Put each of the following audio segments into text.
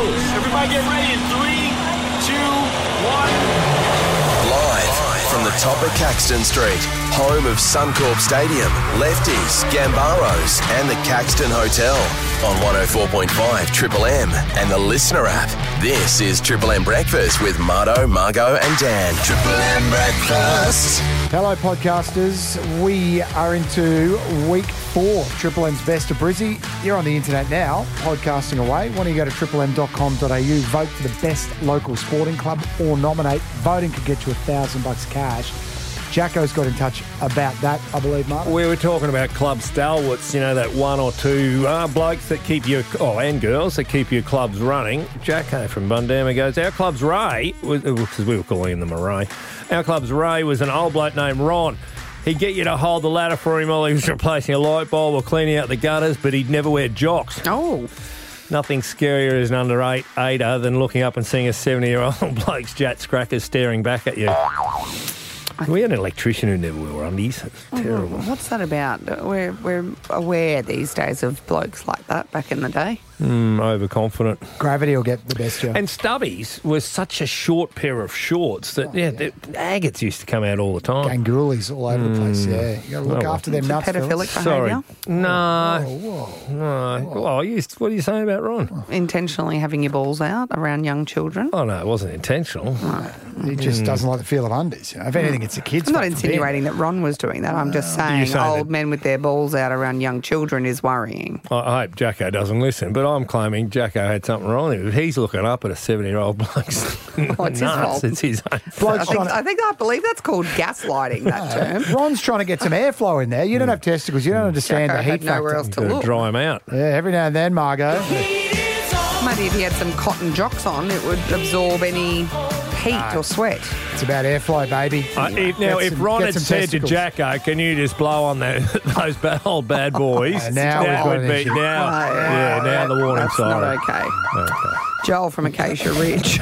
Everybody get ready in three, two, one. Live from the top of Caxton Street, home of Suncorp Stadium, Lefties, Gambaros, and the Caxton Hotel. On 104.5 Triple M and the Listener app. This is Triple M Breakfast with Marto, Margot, and Dan. Triple M Breakfast. Hello, podcasters. We are into week four, Triple M's Best of Brizzy. You're on the internet now, podcasting away. Why don't you go to triplem.com.au, vote for the best local sporting club or nominate. Voting could get you a thousand bucks cash. Jacko's got in touch about that, I believe, Mark. We were talking about club stalwarts, you know, that one or two uh, blokes that keep your, oh, and girls that keep your clubs running. Jacko from Bundama goes, Our club's Ray, because we were calling him the Murray, our club's Ray was an old bloke named Ron. He'd get you to hold the ladder for him while he was replacing a light bulb or cleaning out the gutters, but he'd never wear jocks. Oh, Nothing scarier as an under eight eighter than looking up and seeing a 70 year old bloke's jet crackers staring back at you. We had an electrician who never wore undies. It's Oh. terrible. what's that about? We're, we're aware these days of blokes like that back in the day. Mm, overconfident. Gravity will get the best of you. And stubbies was such a short pair of shorts Oh, that yeah, the Agates used to come out all the time. Gangulis all over the place, yeah. You got to look Hmm. Oh, after their It's a nuts. fellas. pedophilic Sorry, behaviour. no, Oh, whoa. no. Well, you, what are you saying about Ron? Intentionally having your balls out around young children. Oh no, it wasn't intentional. He just Hmm. doesn't like the feel of undies. You know, if anything, it's the kids. I'm not fucking bed. insinuating that Ron was doing that. I'm just saying, saying old that- men with their balls out around young children is worrying. I, I hope Jacko doesn't listen, but I'm claiming Jacko had something wrong. with him. He's looking up at a seventy-year-old bloke's Oh, it's nuts. his fault. It's his own. Bloke's I think, trying to- I think I believe that's called gaslighting. That term. Ron's trying to get some airflow in there. You Hmm. don't have testicles. You don't understand Jacko the heat had nowhere factor. else to Gotta look. dry him out. Yeah, every now and then, Margot. Maybe if he had some cotton jocks on, it would absorb any heat or sweat. It's about airflow, baby. Uh, if, now, Get if some- Ron get had some said testicles. to Jacko, "Can you just blow on the, those bad old bad boys?" Uh, now we've that got would an be issue. now. Oh, yeah, now the warning That's sign. not okay. Okay. Joel from Acacia Ridge.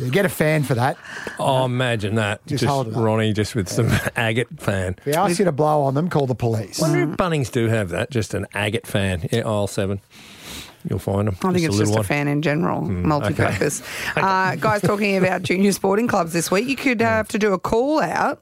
You get a fan for that. Oh, imagine that. Just Just, hold it up. Ronnie just with some agate fan. If we ask you to blow on them, call the police. wonder if Bunnings do have that, just an agate fan. Yeah, aisle seven. You'll find them. I think it's a just little Mm, a fan in general, multi-purpose. Okay. Uh, guys, talking about junior sporting clubs this week, you could uh, Mm. have to do a call out.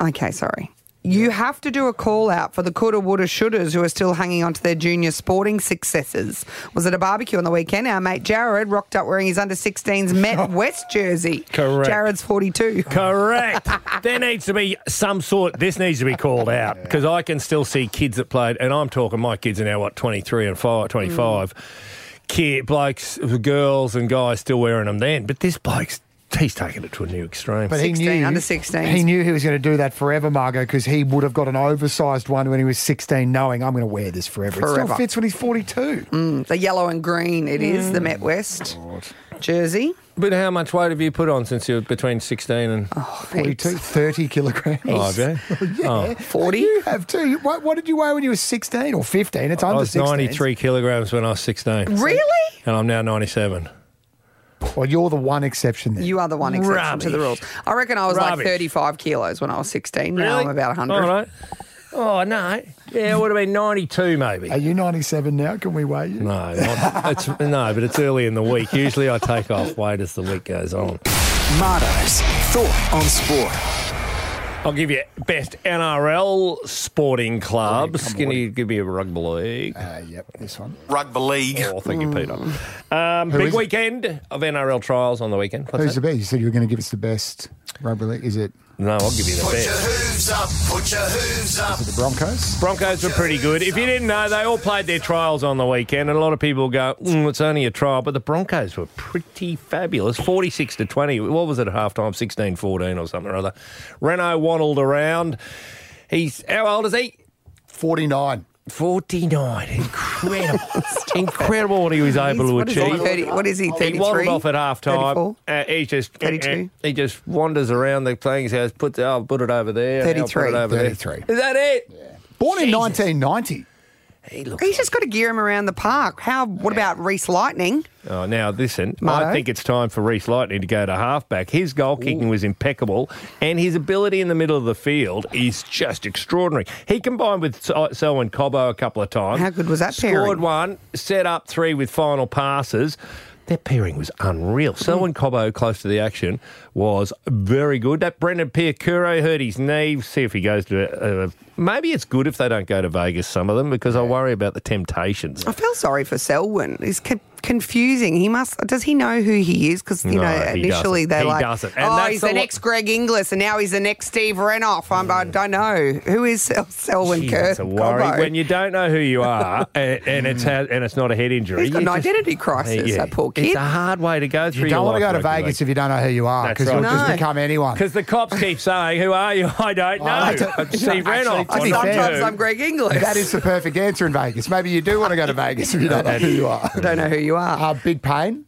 Okay, sorry. You have to do a call out for the coulda, woulda, shouldas who are still hanging on to their junior sporting successes. Was at a barbecue on the weekend. Our mate Jared rocked up wearing his under 16s Met West jersey. Correct. Jared's 42. Correct. there needs to be some sort. This needs to be called out because I can still see kids that played, and I'm talking my kids are now what 23 and 5, Mm. 25. Kid blokes, girls and guys still wearing them then, but this bloke's he's taking it to a new extreme. But he 16, knew under 16s. He knew he was going to do that forever, Margot, because he would have got an oversized one when he was 16, knowing I'm going to wear this forever. It Forever. still fits when he's 42. Mm. The yellow and green it is, the Met West jersey. but how much weight have you put on since you're between 16 and? Oh, Heaps. 42, 30 kilograms. Oh, have you? yeah. Oh. 40? You have too. You- What, what did you weigh when you were 16 or 15? It's I under was 16. 93 kilograms when I was 16. Really? And I'm now 97. Well, you're the one exception there. You are the one exception to the rules. Rubbish. I reckon I was like Rubbish. 35 kilos when I was 16. Oh, Now I'm about 100. All right. Oh, no. Yeah, it would have been 92 maybe. Are you 97 now? Can we weigh you? No, not, it's, no, but it's early in the week. Usually I take off weight as the week goes on. Marto's Thought on Sport. I'll give you best NRL sporting Oh, clubs. Can you give me a rugby league? Uh, yep, this one. Rugby league. Oh, thank you, Peter. Mm. Um, big is it? weekend of NRL trials on the weekend. What's Who's that? the best? You said you were going to give us the best rugby league. Is it, No, I'll give you the best. hooves up, put your hooves up. is it the Broncos? Broncos were pretty good. If you didn't know, they all played their trials on the weekend, and a lot of people go, mm, "It's only a trial," but the Broncos were pretty fabulous. Forty-six to twenty. What was it at halftime? 16-14 or something or other. Renault waddled around. He's how old is he? 49. Forty-nine. Incredible, incredible what he was He's- able to what is he, achieve. 30 what is he, 33? He waddled off at half 34? time. Uh, he just 32? uh, he just wanders around the playing house. Puts oh, I'll put it over there. and I'll put it 33. over there. 33. Is that it? Born in Jesus. 1990. He looks He's just got to gear him around the park. How? What about Reese Lightning? Oh, now listen, Marto? I think it's time for Reese Lightning to go to halfback. His goal kicking was impeccable, and his ability in the middle of the field is just extraordinary. He combined with So- Selwyn Cobbo a couple of times. How good was that Scored pairing? one, set up three with final passes. Their pairing was Mm. unreal. Selwyn Cobbo, close to the action, was very good. That Brendan Piacuro hurt his knee. See if he goes to. Uh, maybe it's good if they don't go to Vegas, some of them, because I worry about the temptations. I feel sorry for Selwyn. He's con- confusing. He must. Does he know who he is? Because you No, know, he initially doesn't. they're He like, doesn't. And "Oh, that's he's the the lo- next Greg Inglis, and now he's the next Steve Renoff." I'm, I don't know who is Sel- Selwyn Gee, Kerr. that's a worry Gobbo? when you don't know who you are, and, and it's ha- and it's not a head injury. He's got you an just- identity crisis, that poor It's kid. a hard way to go through. You don't want to go to Vegas if you don't know who you are That's because right. you'll just No. become anyone. because the cops keep saying, "Who are you?" I don't know. I don't- I'm Steve Actually, Renoff. to I be don't fair- Sometimes know. I'm Greg Inglis. That is the perfect answer in Vegas. Maybe you do want to go to Vegas if you don't know who you are. I don't know who you are. Uh, big pain.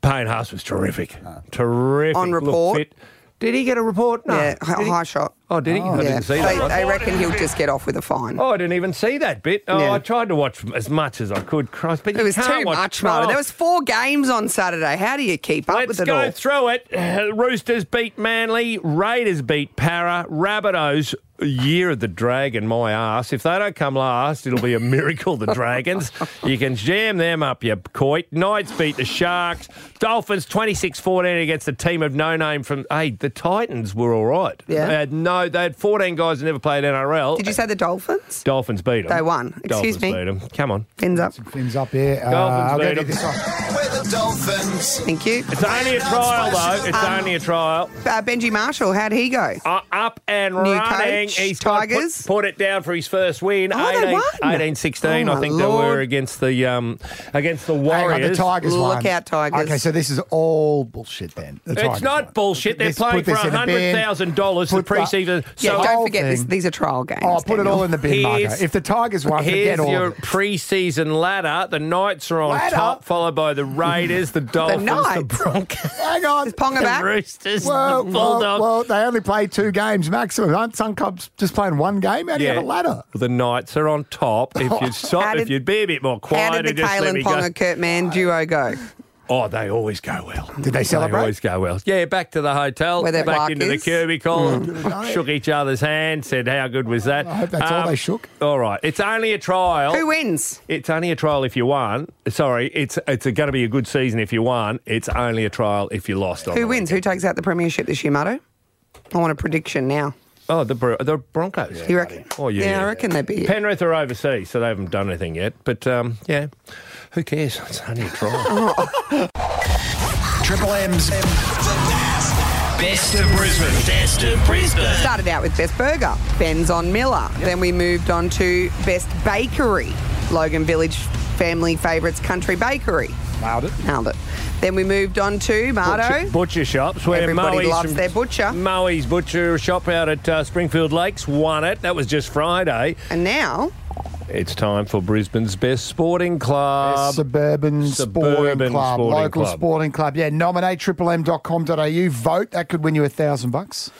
Payne Haas was terrific. Ah. Terrific. On Looked report? fit. Did he get a report? No. yeah, Did hi- he? high shot. Oh, did he? I yeah. didn't see they, that one. they reckon he'll just get off with a fine. Oh, I didn't even see that bit. Oh, Yeah. I tried to watch as much as I could. Christ, but it was too much, Marta. There was four games on Saturday. How do you keep up Let's with it go all? through it. Roosters beat Manly. Raiders beat Para. Rabbitohs, year of the dragon, my ass. If they don't come last, it'll be a miracle, the Dragons. You can jam them up, you coit. Knights beat the Sharks. Dolphins 26 14 against a team of no name from. Hey, the Titans were all right. Yeah. They had, no, they had 14 guys who never played NRL. Did you say the Dolphins? Dolphins beat them. They won. Excuse Dolphins me. beat them. Come on. Fins up. Fins up here. Uh, Dolphins I'll beat give you 'em. this one. We're the Dolphins. Thank you. It's only a trial, though. It's only a trial. Uh, Benji Marshall, how'd he go? Uh, up and New running. coach, He's got- Tigers. Put, put it down for his first win. Oh, they 18, won. 18 16, Oh, I my think they were Lord. against the um, against the Hang on, Warriors. the Tigers Look won. out, Tigers. Okay, so this is all bullshit then. The it's Tigers not won. bullshit. They're Let's playing put for this in a bin. $100,000 for Put that- pre-season. Yeah, so don't whole forget this, thing- these are trial games. Oh, put it all in the bin, Here's- Marco. If the Tigers won, forget here's all your of it. pre-season ladder. The Knights are on Ladder? top, followed by the Raiders, the Dolphins, the, Knights? Broncos, Hang on. Is Ponga the back? Roosters, Well, the well, Bulldogs. well, they only played two games maximum. Aren't some clubs just playing one game? How do you have a ladder? The Knights are on top. If you'd stop, How if did- you'd be a bit more quiet, How did the and just let Kalen me go. Ponga Kurt Mann duo go? Oh, they always go well. Did they celebrate? They always go well. Yeah, back to the hotel, Where their back bark into is. the cubicle, Mm. shook each other's hands, said, "How good was that?" Um, I hope that's all they shook. All right, it's only a trial. Who wins? It's only a trial if you won. Sorry, it's it's going to be a good season if you won. It's only a trial if you lost. on Who the wins? Who weekend. takes out the premiership this year, Mutto? I want a prediction now. Oh, the Bro- the Broncos. You reckon? Oh yeah. I reckon they'd be. Penrith are overseas, so they haven't done anything yet. But um, yeah, who cares? It's only a trial. Triple M's. Best of Brisbane. Best of Brisbane. Started out with Best Burger, Ben's on Miller. Then we moved on to Best Bakery, Logan Village Family Favourites Country Bakery. Nailed it. Nailed it. Then we moved on to Mardo. butcher, butcher shops where Everybody Moe's loves from- their butcher. Moe's butcher shop out at uh, Springfield Lakes won it. That was just Friday. And now It's time for Brisbane's best sporting club. Suburban, Uh, Suburban Sporting Club, Sporting local Club. sporting club. Yeah, nominate triplem.com.au. Vote. That could win you a thousand bucks.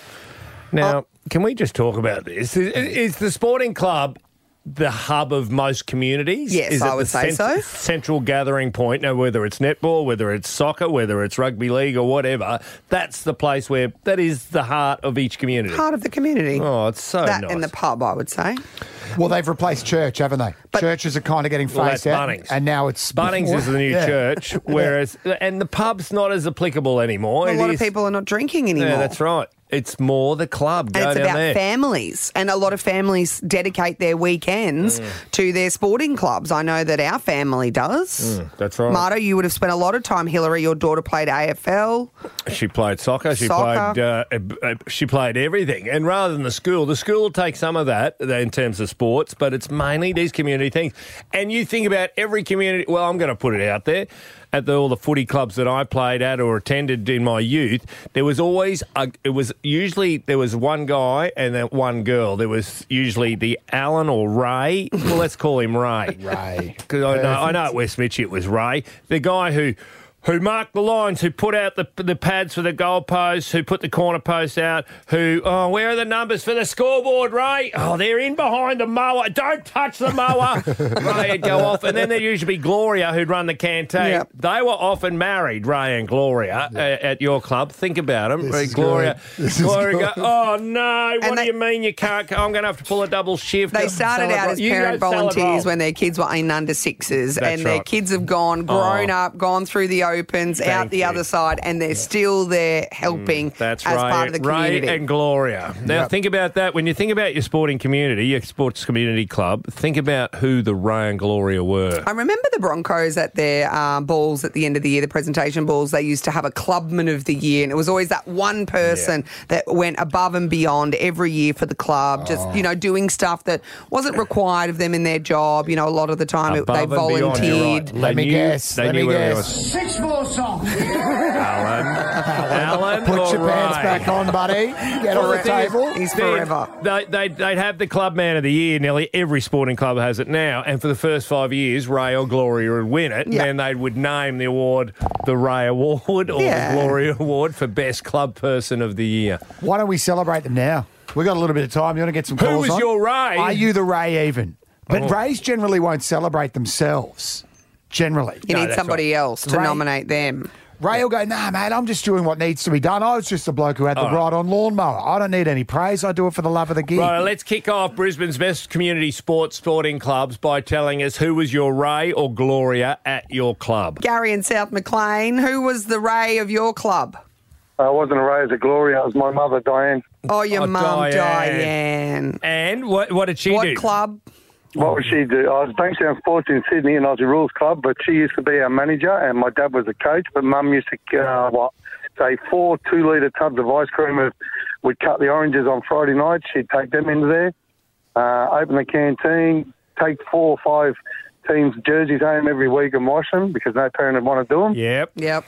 now, can we just talk about this? Is, is the sporting club the hub of most communities? Yes, is I it would the say so. Central gathering point. Now, whether it's netball, whether it's soccer, whether it's rugby league or whatever, that's the place where that is the heart of each community. part of the community. Oh, it's so that nice. and the pub, I would say. Well, they've replaced church, haven't they? But- Churches are kind of getting phased Well, that's out, Bunnings. and now it's Bunnings is the new Yeah. church, whereas and the pub's not as applicable anymore. A It lot is- of people are not drinking anymore. Yeah, that's right. It's more the club. And Go it's down about there. families. And a lot of families dedicate their weekends Mm. to their sporting clubs. I know that our family does. That's right. Marta, you would have spent a lot of time. Hillary, your daughter played AFL. She played soccer. She Soccer. played. Uh, uh, uh, she played everything. And rather than the school, the school takes some of that uh, in terms of sports, but it's mainly these community things. And you think about every community. Well, I'm going to put it out there. At the, all the footy clubs that I played at or attended in my youth, there was always a, it was usually there was one guy and then one girl. There was usually the Alan or Ray. Well, let's call him Ray. Ray. Because I know, I know at West Mitch it was Ray, the guy who who marked the lines, who put out the the pads for the goalposts, who put the corner posts out, who oh where are the numbers for the scoreboard, Ray? Oh, they're in behind the mower. Don't touch the mower. Ray'd go off, and then there'd usually be Gloria who'd run the canteen. Yep. They were often married, Ray and Gloria, a- at your club. Think about them, This is Gloria. good. This is Gloria, good. go, oh no, what they- do you mean you can't? go? I'm going to have to pull a double shift. They started out as You go parent celebrate. volunteers when their kids were in under sixes, That's and their right. kids have gone, grown Oh. up, gone through the opens out Thank the you. Mm, other side, and they're still there helping That's as right. part of the community. Ray and Gloria. Now think about that. When you think about your sporting community, your sports community club, think about who the Ray and Gloria were. I remember the Broncos at their uh, balls at the end of the year, the presentation balls. They used to have a clubman of the year, and it was always that one person that went above and beyond every year for the club, Oh. just you know doing stuff that wasn't required of them in their job. You know, a lot of the time it, Above they and beyond, you're volunteered. right. Let They me knew- guess. They Let knew me where they guess. were. Six more songs. Alan. Alan. Put or your pants Ray. back on, buddy. Get on the Well, thing is, table. He's they'd- forever. They, they, they'd have the club man of the year. Nearly every sporting club has it now. And for the first five years, Ray or Gloria would win it. Yeah. And then they would name the award the Ray Award or Yeah. the Gloria Award for Best Club Person of the Year. Why don't we celebrate them now? We've got a little bit of time. You want to get some Who calls was on? your Ray? Are you the Ray even? But Oh. Rays generally won't celebrate themselves. Generally. You No, need that's somebody right. else to Right. nominate them. Ray will go, nah, mate, I'm just doing what needs to be done. I was just a bloke who had the All right. ride on lawnmower. I don't need any praise. I do it for the love of the gig. Right, let's kick off Brisbane's best community sports sporting clubs by telling us who was your Ray or Gloria at your club. Gary and South McLean, who was the Ray of your club? I wasn't a raise at Gloria. It was my mother, Diane. Oh, your Oh, mum, Diane. Diane. And what, what did she What do? club? What would she do? I was Bankstown Sports in Sydney, and I was a rules club. But she used to be our manager, and my dad was a coach. But Mum used to uh, what say four two-liter tubs of ice cream. Of, we'd cut the oranges on Friday nights. She'd take them into there, uh, open the canteen, take four or five teams' jerseys home every week and wash them because no parent would want to do them. Yep. Yep.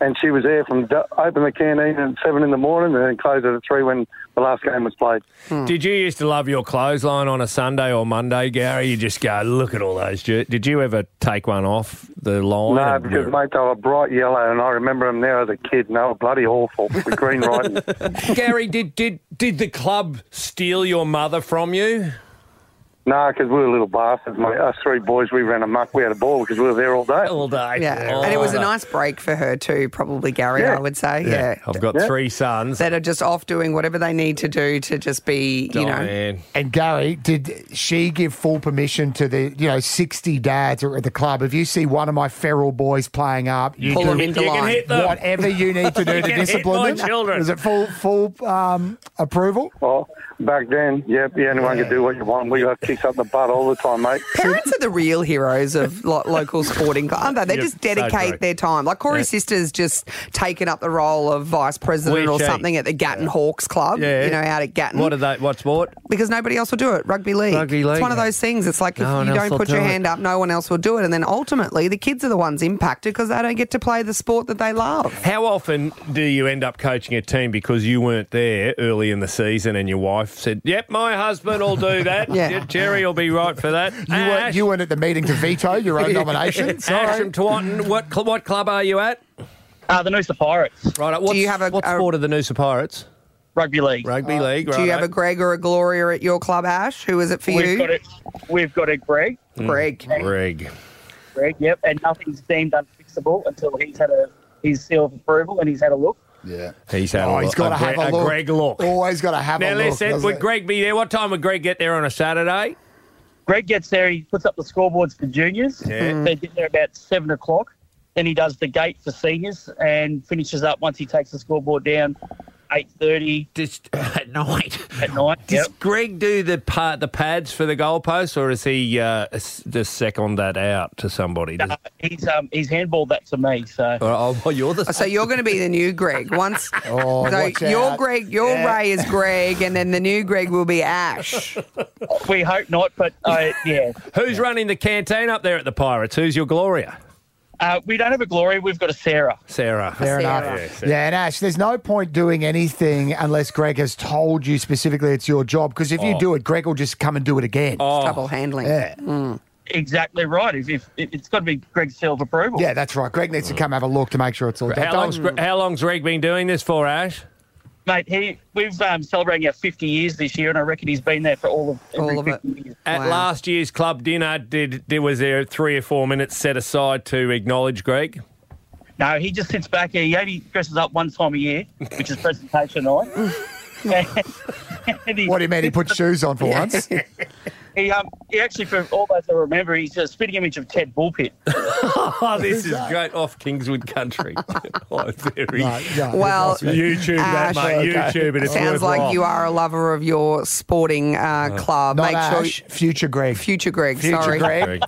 And she was there from d- open the canteen at seven in the morning, and then close it at three when the last game was played. Hmm. Did you used to love your clothesline on a Sunday or Monday, Gary? You just go, look at all those. jer-" Did you ever take one off the line? No, and because wear it? mate, they were bright yellow, and I remember them now as a kid. And they were bloody awful. The green writing. Gary, did, did did the club steal your mother from you? Nah, because we were little bastards, mate. Us three boys, we ran amok. We had a ball because we were there all day. All day. Yeah. All and it was a day. nice break for her, too, probably, Gary, Yeah. I would say. Yeah. I've got Yeah. three sons. That are just off doing whatever they need to do to just be, you know. Diane. And Gary, did she give full permission to the you know sixty dads at the club? If you see one of my feral boys playing up, you Pull do them into You can line. hit them. whatever you need to do to can hit my discipline them. children. Is it full full um, approval? Well, Oh, back then, yep, yeah, anyone could do what you want. We got kicked up the butt all the time, mate. Parents are the real heroes of lo- local sporting clubs, aren't they? They Yep, just so dedicate true. their time. Like Corey's Yeah. sister's just taken up the role of vice president Where's or she? something at the Gatton Hawks Club, Yeah. you know, out at Gatton. What are they? What sport? because nobody else will do it. Rugby league. Rugby It's league. one of those things. It's like if No one you else don't will put your do it. hand up, no one else will do it. And then ultimately, the kids are the ones impacted because they don't get to play the sport that they love. How often do you end up coaching a team because you weren't there early in the season and your wife said, "Yep, my husband will do that. Yeah. Jerry will be right for that." You weren't, you weren't at the meeting to veto your own nomination. Ash Sorry. from Taunton, what, cl- what club are you at? Uh, the Noosa Pirates, Right, what's, you have a- what a- sport are the Noosa Pirates? rugby league. Uh, Rugby league, right? Do you have a Greg or a Gloria at your club, Ash? Who is it for We've you? got it. We've got a Greg. Mm. Greg. Greg? Greg, yep. And nothing's deemed unfixable until he's had a his seal of approval and he's had a look. Yeah. He's had Oh, a, he's got to have Gre- a look. Greg look. Always got to have now a look. listen, doesn't would it? Greg be there? What time would Greg get there on a Saturday? Greg gets there. He puts up the scoreboards for juniors. Yeah. They get there about seven o'clock. Then he does the gate for seniors and finishes up once he takes the scoreboard down, eight thirty Just at night. at night. Does Yep. Greg do the part, the pads for the goalposts, or is he uh, s- just second that out to somebody? Does- Uh, he's um he's handballed that to me. So oh, well, you're the So you're going to be the new Greg. Once Oh, so watch your out. Greg, your Yeah. Ray is Greg, and then the new Greg will be Ash. we hope not, but uh, yeah. Who's running the canteen up there at the Pirates? Who's your Gloria? Uh, we don't have a glory. We've got a Sarah. Sarah. Fair Sarah. Yes, enough. Yeah, and Ash, there's no point doing anything unless Greg has told you specifically it's your job. Because if you Oh. do it, Greg will just come and do it again. Trouble handling. Oh. Yeah. Exactly right. If, if it's got to be Greg's seal of approval. Yeah, that's right. Greg needs to come have a look to make sure it's all done. How long's, Gre- how long's Greg been doing this for, Ash? Mate, he, we've um, celebrating our 50 years this year, and I reckon he's been there for all of every All of it. 50 years. At Wow. last year's club dinner, did there was there three or four minutes set aside to acknowledge Greg? No, he just sits back here. He only dresses up one time a year, which is presentation night. And he- What do you mean? He put shoes on for once. He um he actually for all those that remember he's a spitting image of Ted Bullpit. Oh, this is great. Off Kingswood Country. oh, there he No, no, Well, that's me. YouTube that, Ash, mate. YouTube it. It's Sounds like worthwhile. you are a lover of your sporting uh, club. Not Make Ash, sure. future Greg. Future Greg, Future sorry. Greg.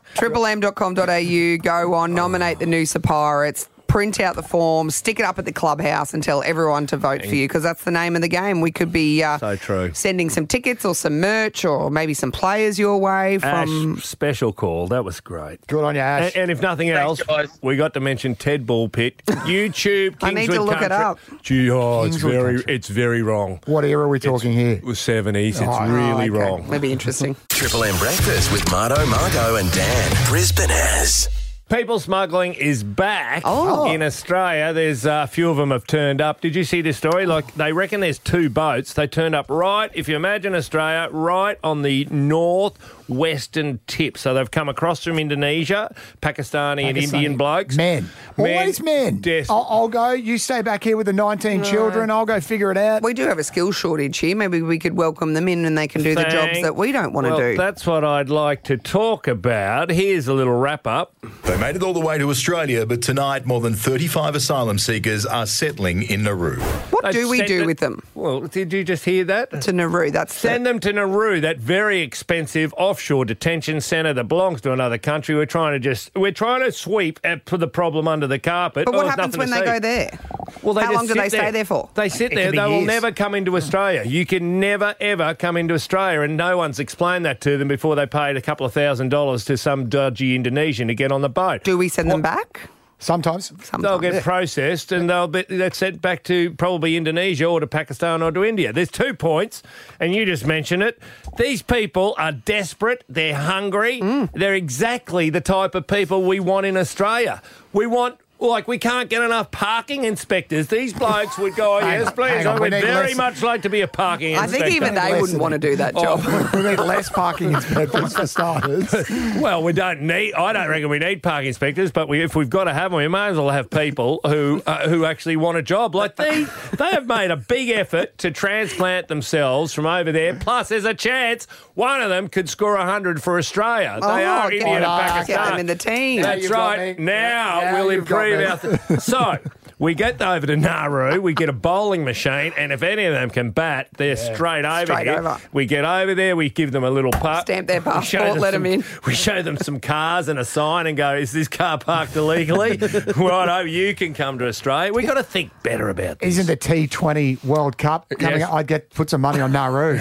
TripleM.com.au. Go on, nominate the Noosa Pirates, print out the form, stick it up at the clubhouse, and tell everyone to vote for you because that's the name of the game. We could be uh, So true. sending some tickets or some merch or maybe some players your way Ash, from. special call. That was great. Good on you, Ash. And, and if nothing Thanks, else, guys. we got to mention Ted Bullpit, YouTube. Kingswood I need to look it Country. up. Gee, oh, it's Kingswood very, Country. it's very wrong. what era are we talking here? It was seventies. It's Oh, really Oh, okay. wrong. That'd be interesting. Triple M Breakfast with Marto, Margo, and Dan. Brisbane has. People smuggling is back Oh. in Australia. There's a few of them have turned up. Did you see this story? Like they reckon there's two boats. They turned up right, if you imagine Australia, right on the northwestern tip. So they've come across from Indonesia, Pakistani, and Indian blokes. Men. Always men. Yes. Oh. I'll, I'll go. You stay back here with the 19 children. I'll go figure it out. We do have a skill shortage here. Maybe we could welcome them in and they can do the jobs Thank- that we don't want to Well, do. That's what I'd like to talk about. Here's a little wrap up. They made it all the way to Australia, but tonight more than 35 asylum seekers are settling in Nauru. what do we Send do with them? Well, did you just hear that? To Nauru, that's the- Send them to Nauru, that very expensive offshore detention centre that belongs to another country. We're trying to just we're trying to sweep and put the problem under the carpet. But Oh, what there's happens when nothing to they see. go there? Well, How just long do sit they stay there for? They sit It there. can be They will years. never come into Australia. You can never ever come into Australia, and no one's explained that to them before they paid a couple of thousand dollars to some dodgy Indonesian to get on the boat. Do we send them back? Sometimes. Sometimes. They'll get processed and they'll be that's sent back to probably Indonesia or to Pakistan or to India. There's two points, and you just mentioned it. These people are desperate. They're hungry. Mm. They're exactly the type of people we want in Australia. We want. Like we can't get enough parking inspectors. These blokes would go, oh, Hang yes, on, please. hang on, I we would need very less- much like to be a parking I inspector. think even they wouldn't Listen. want to do that Oh. job. we need less parking inspectors for starters. Well, we don't need. I don't reckon we need park inspectors, but we, if we've got to have them, we may as well have people who uh, who actually want a job. Like they, they have made a big effort to transplant themselves from over there. Plus, there's a chance one of them could score hundred for Australia. They Oh, are get Indian and them- Pakistan. get them in the team. Now That's you've got right. me. Now, Now we'll you've got improve me. our. Th- so. We get over to Nauru, we get a bowling machine, and if any of them can bat, they're straight over Straight here. over. We get over there, we give them a little putt. Stamp their We show passport, let some- 'em in. we show them some cars and a sign and go, is this car parked illegally? right, oh, you can come to Australia. We've got to think better about this. Isn't the T20 World Cup coming Yes. up? I'd get put some money on Nauru.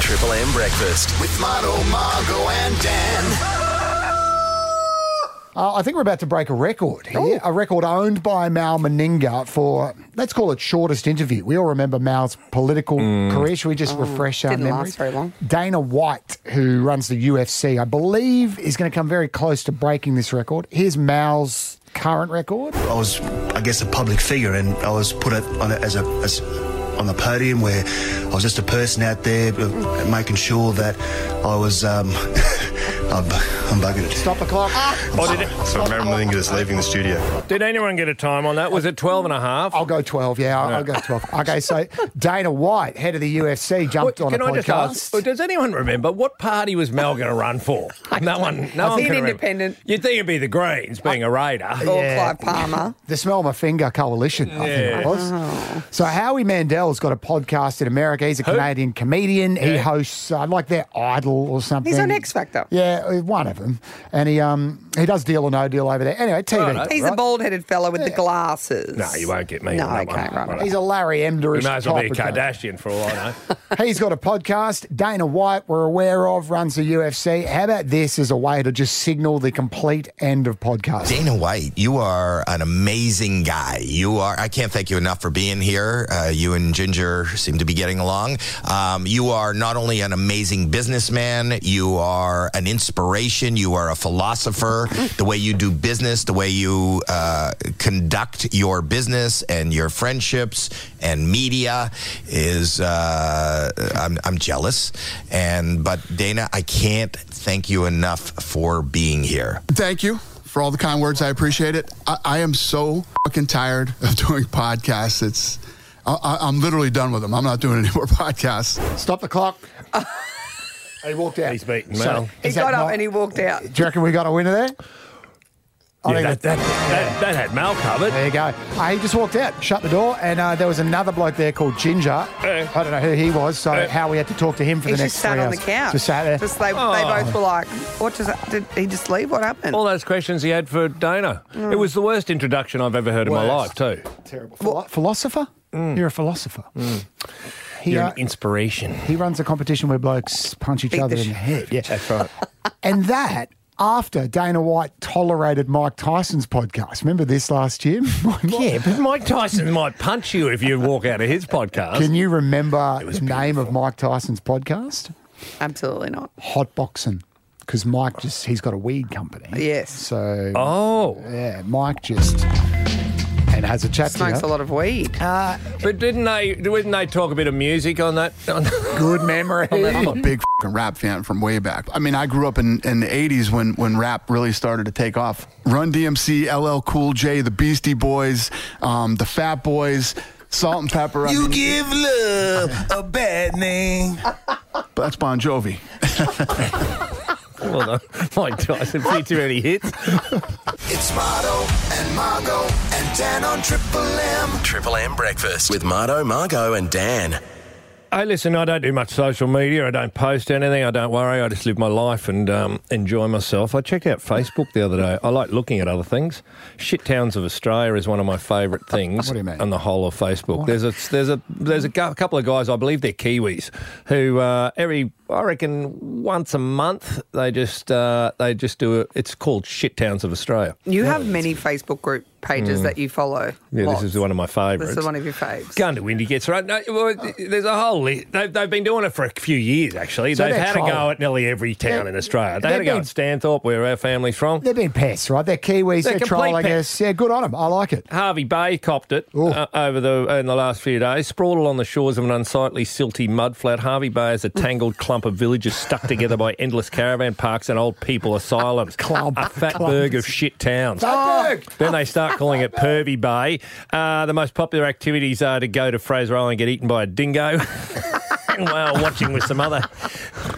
Triple M Breakfast with Marto, Margo, and Dan. Uh, I think we're about to break a record here, a record owned by Mal Meninga for, let's call it shortest interview. We all remember Mal's political career. Should we just refresh our didn't last memories? very long. Dana White, who runs the UFC, I believe is going to come very close to breaking this record. Here's Mal's current record. I was, I guess, a public figure, and I was put at, on a, as a as, on the podium where I was just a person out there, uh, making sure that I was. Um, I'm, I'm buggered. Stop the clock. Or did, it- So Marilyn Melinga is leaving the studio. did anyone get a time on that? Was it 12 and a half? I'll go 12. Yeah, I'll, I'll go 12. Okay, so Dana White, head of the UFC, jumped What- on can a I podcast. just ask? well, Does anyone remember what party was Mel going to run for? No one. No one He'd can remember. independent. You'd think it'd be the Greens, being a raider. Or Yeah. Clive Palmer. The Smell My Finger Coalition, I think it was. So Howie Mandel's got a podcast in America. He's a Canadian comedian. He hosts uh, like their Idol or something. He's on X Factor. Yeah, uh, one of them. And he um he does Deal or No Deal over there. Anyway, TV. He's a Uh, right? bald headed fella with the glasses. No, you won't get me. No, on that okay, one. right. He's a Larry Emderish We may as well be a type of guy. Kardashian for all I know. He's got a podcast. Dana White, we're aware of, runs the UFC. How about this as a way to just signal the complete end of podcasting? Dana White, you are an amazing guy. You are, I can't thank you enough for being here. Uh, you and Ginger seem to be getting along. Um, you are not only an amazing businessman, you are an inspiration, you are a philosopher. Mm. the way you do business, the way you uh, conduct your business and your friendships and media is, uh, I'm, I'm jealous. And, but Dana, I can't thank you enough for being here. Thank you for all the kind words. I appreciate it. I, I am so fucking tired of doing podcasts. It's I, I, I'm literally done with them. I'm not doing any more podcasts. Stop the clock. he walked out. He's beaten So, he got up and he walked out. Do you reckon we got a winner there? I Yeah, think that, that, that, that had Mal covered. There you go. Uh, he just walked out, shut the door, and uh, there was another bloke there called Ginger. I don't know who he was, so how we had to talk to him for He the next just sat three on the hours. couch. Just sat there. Oh. Just they, they both were like, "What does that, did he just leave? What happened?" All those questions he had for Dana. Mm. It was the worst introduction I've ever heard in my life, Worst. too. Terrible. philosopher? You're a philosopher. He, Mm. You're uh, an inspiration. He runs a competition where blokes punch each Beat other the in the sh- head. Yeah. That's right. and that after Dana White tolerated Mike Tyson's podcast. Remember this last year? yeah, but Mike Tyson might punch you if you walk out of his podcast. Can you remember the name of Mike Tyson's podcast? Absolutely not. Hotboxing. Because Mike just, he's got a weed company. Yes. So. Oh. Yeah, Mike just. And has a chat Smokes a lot of weed. Uh, But didn't they? Didn't they talk a bit of music on that? On Good memory. I'm a big fing rap fan from way back. I mean, I grew up in, in the 80s when, when rap really started to take off. Run DMC, LL Cool J, the Beastie Boys, um, the Fat Boys, Salt and Pepper. I You mean- give love a bad name. But that's Bon Jovi. Hold on, Mike Tyson, a few too many hits. It's Mardo and Margo and Dan on Triple M. Triple M Breakfast with Mardo, Margo, and Dan. Hey, listen, I don't do much social media. I don't post anything. I don't worry. I just live my life and um, enjoy myself. I checked out Facebook the other day. I like looking at other things. Shit towns of Australia is one of my favourite things What do you mean? on the whole of Facebook. There's a there's a there's a cou- couple of guys. I believe they're Kiwis who uh, every I reckon once a month they just uh, they just do it. It's called Shit Towns of Australia. You have many Facebook group pages Mm. that you follow. Yeah, Lots. this is one of my favourites. This is one of your faves. Gundy Windy gets right. No, well, Oh. there's a whole. li- They've, they've been doing it for a few years actually. So they've they're had a go trolling. at nearly every town They're- in Australia. They they're had a go being- at Stanthorpe, where our family's from. They're being pests, right? They're Kiwis, They're they're, complete trolling pests. us. Yeah, good on them. I like it. Harvey Bay copped it uh, over the in the last few days. Sprawled on the shores of an unsightly, silty mudflat, Harvey Bay is a tangled clump of villages stuck together by endless caravan parks and old people asylums. clump, a fat clump. Oh, burg of shit towns. Oh. Then they start calling it Pervy Bay. Uh, the most popular activities are to go to Fraser Island and get eaten by a dingo. while watching with some other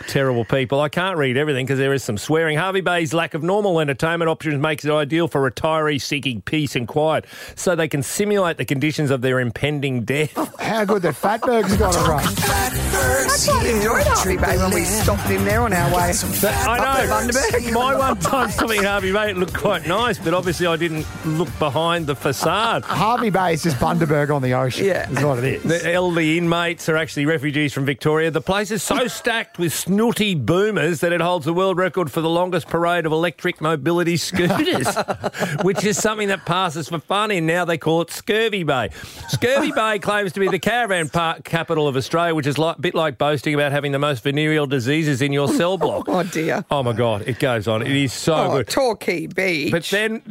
terrible people. I can't read everything because there is some swearing. Harvey Bay's lack of normal entertainment options makes it ideal for retirees seeking peace and quiet so they can simulate the conditions of their impending death. How good that Fatberg's got it right. I quite enjoyed Harvey Bay when we stopped him there on our I way. Up at know. Bundaberg. My one time something in Harvey Bay, it looked quite nice, but obviously I didn't look behind the facade. Harvey Bay is just Bundaberg on the ocean. Yeah. Is what it is. The elderly inmates are actually refugees from Victoria. The place is so stacked with snooty boomers that it holds the world record for the longest parade of electric mobility scooters, which is something that passes for fun in now they call it Scurvy Bay. Scurvy Bay claims to be the caravan park capital of Australia, which is like, a bit like boasting about having the most venereal diseases in your cell block. Oh, dear. Oh, my God. It goes on. It is so Oh, good. Torquay Beach. But then,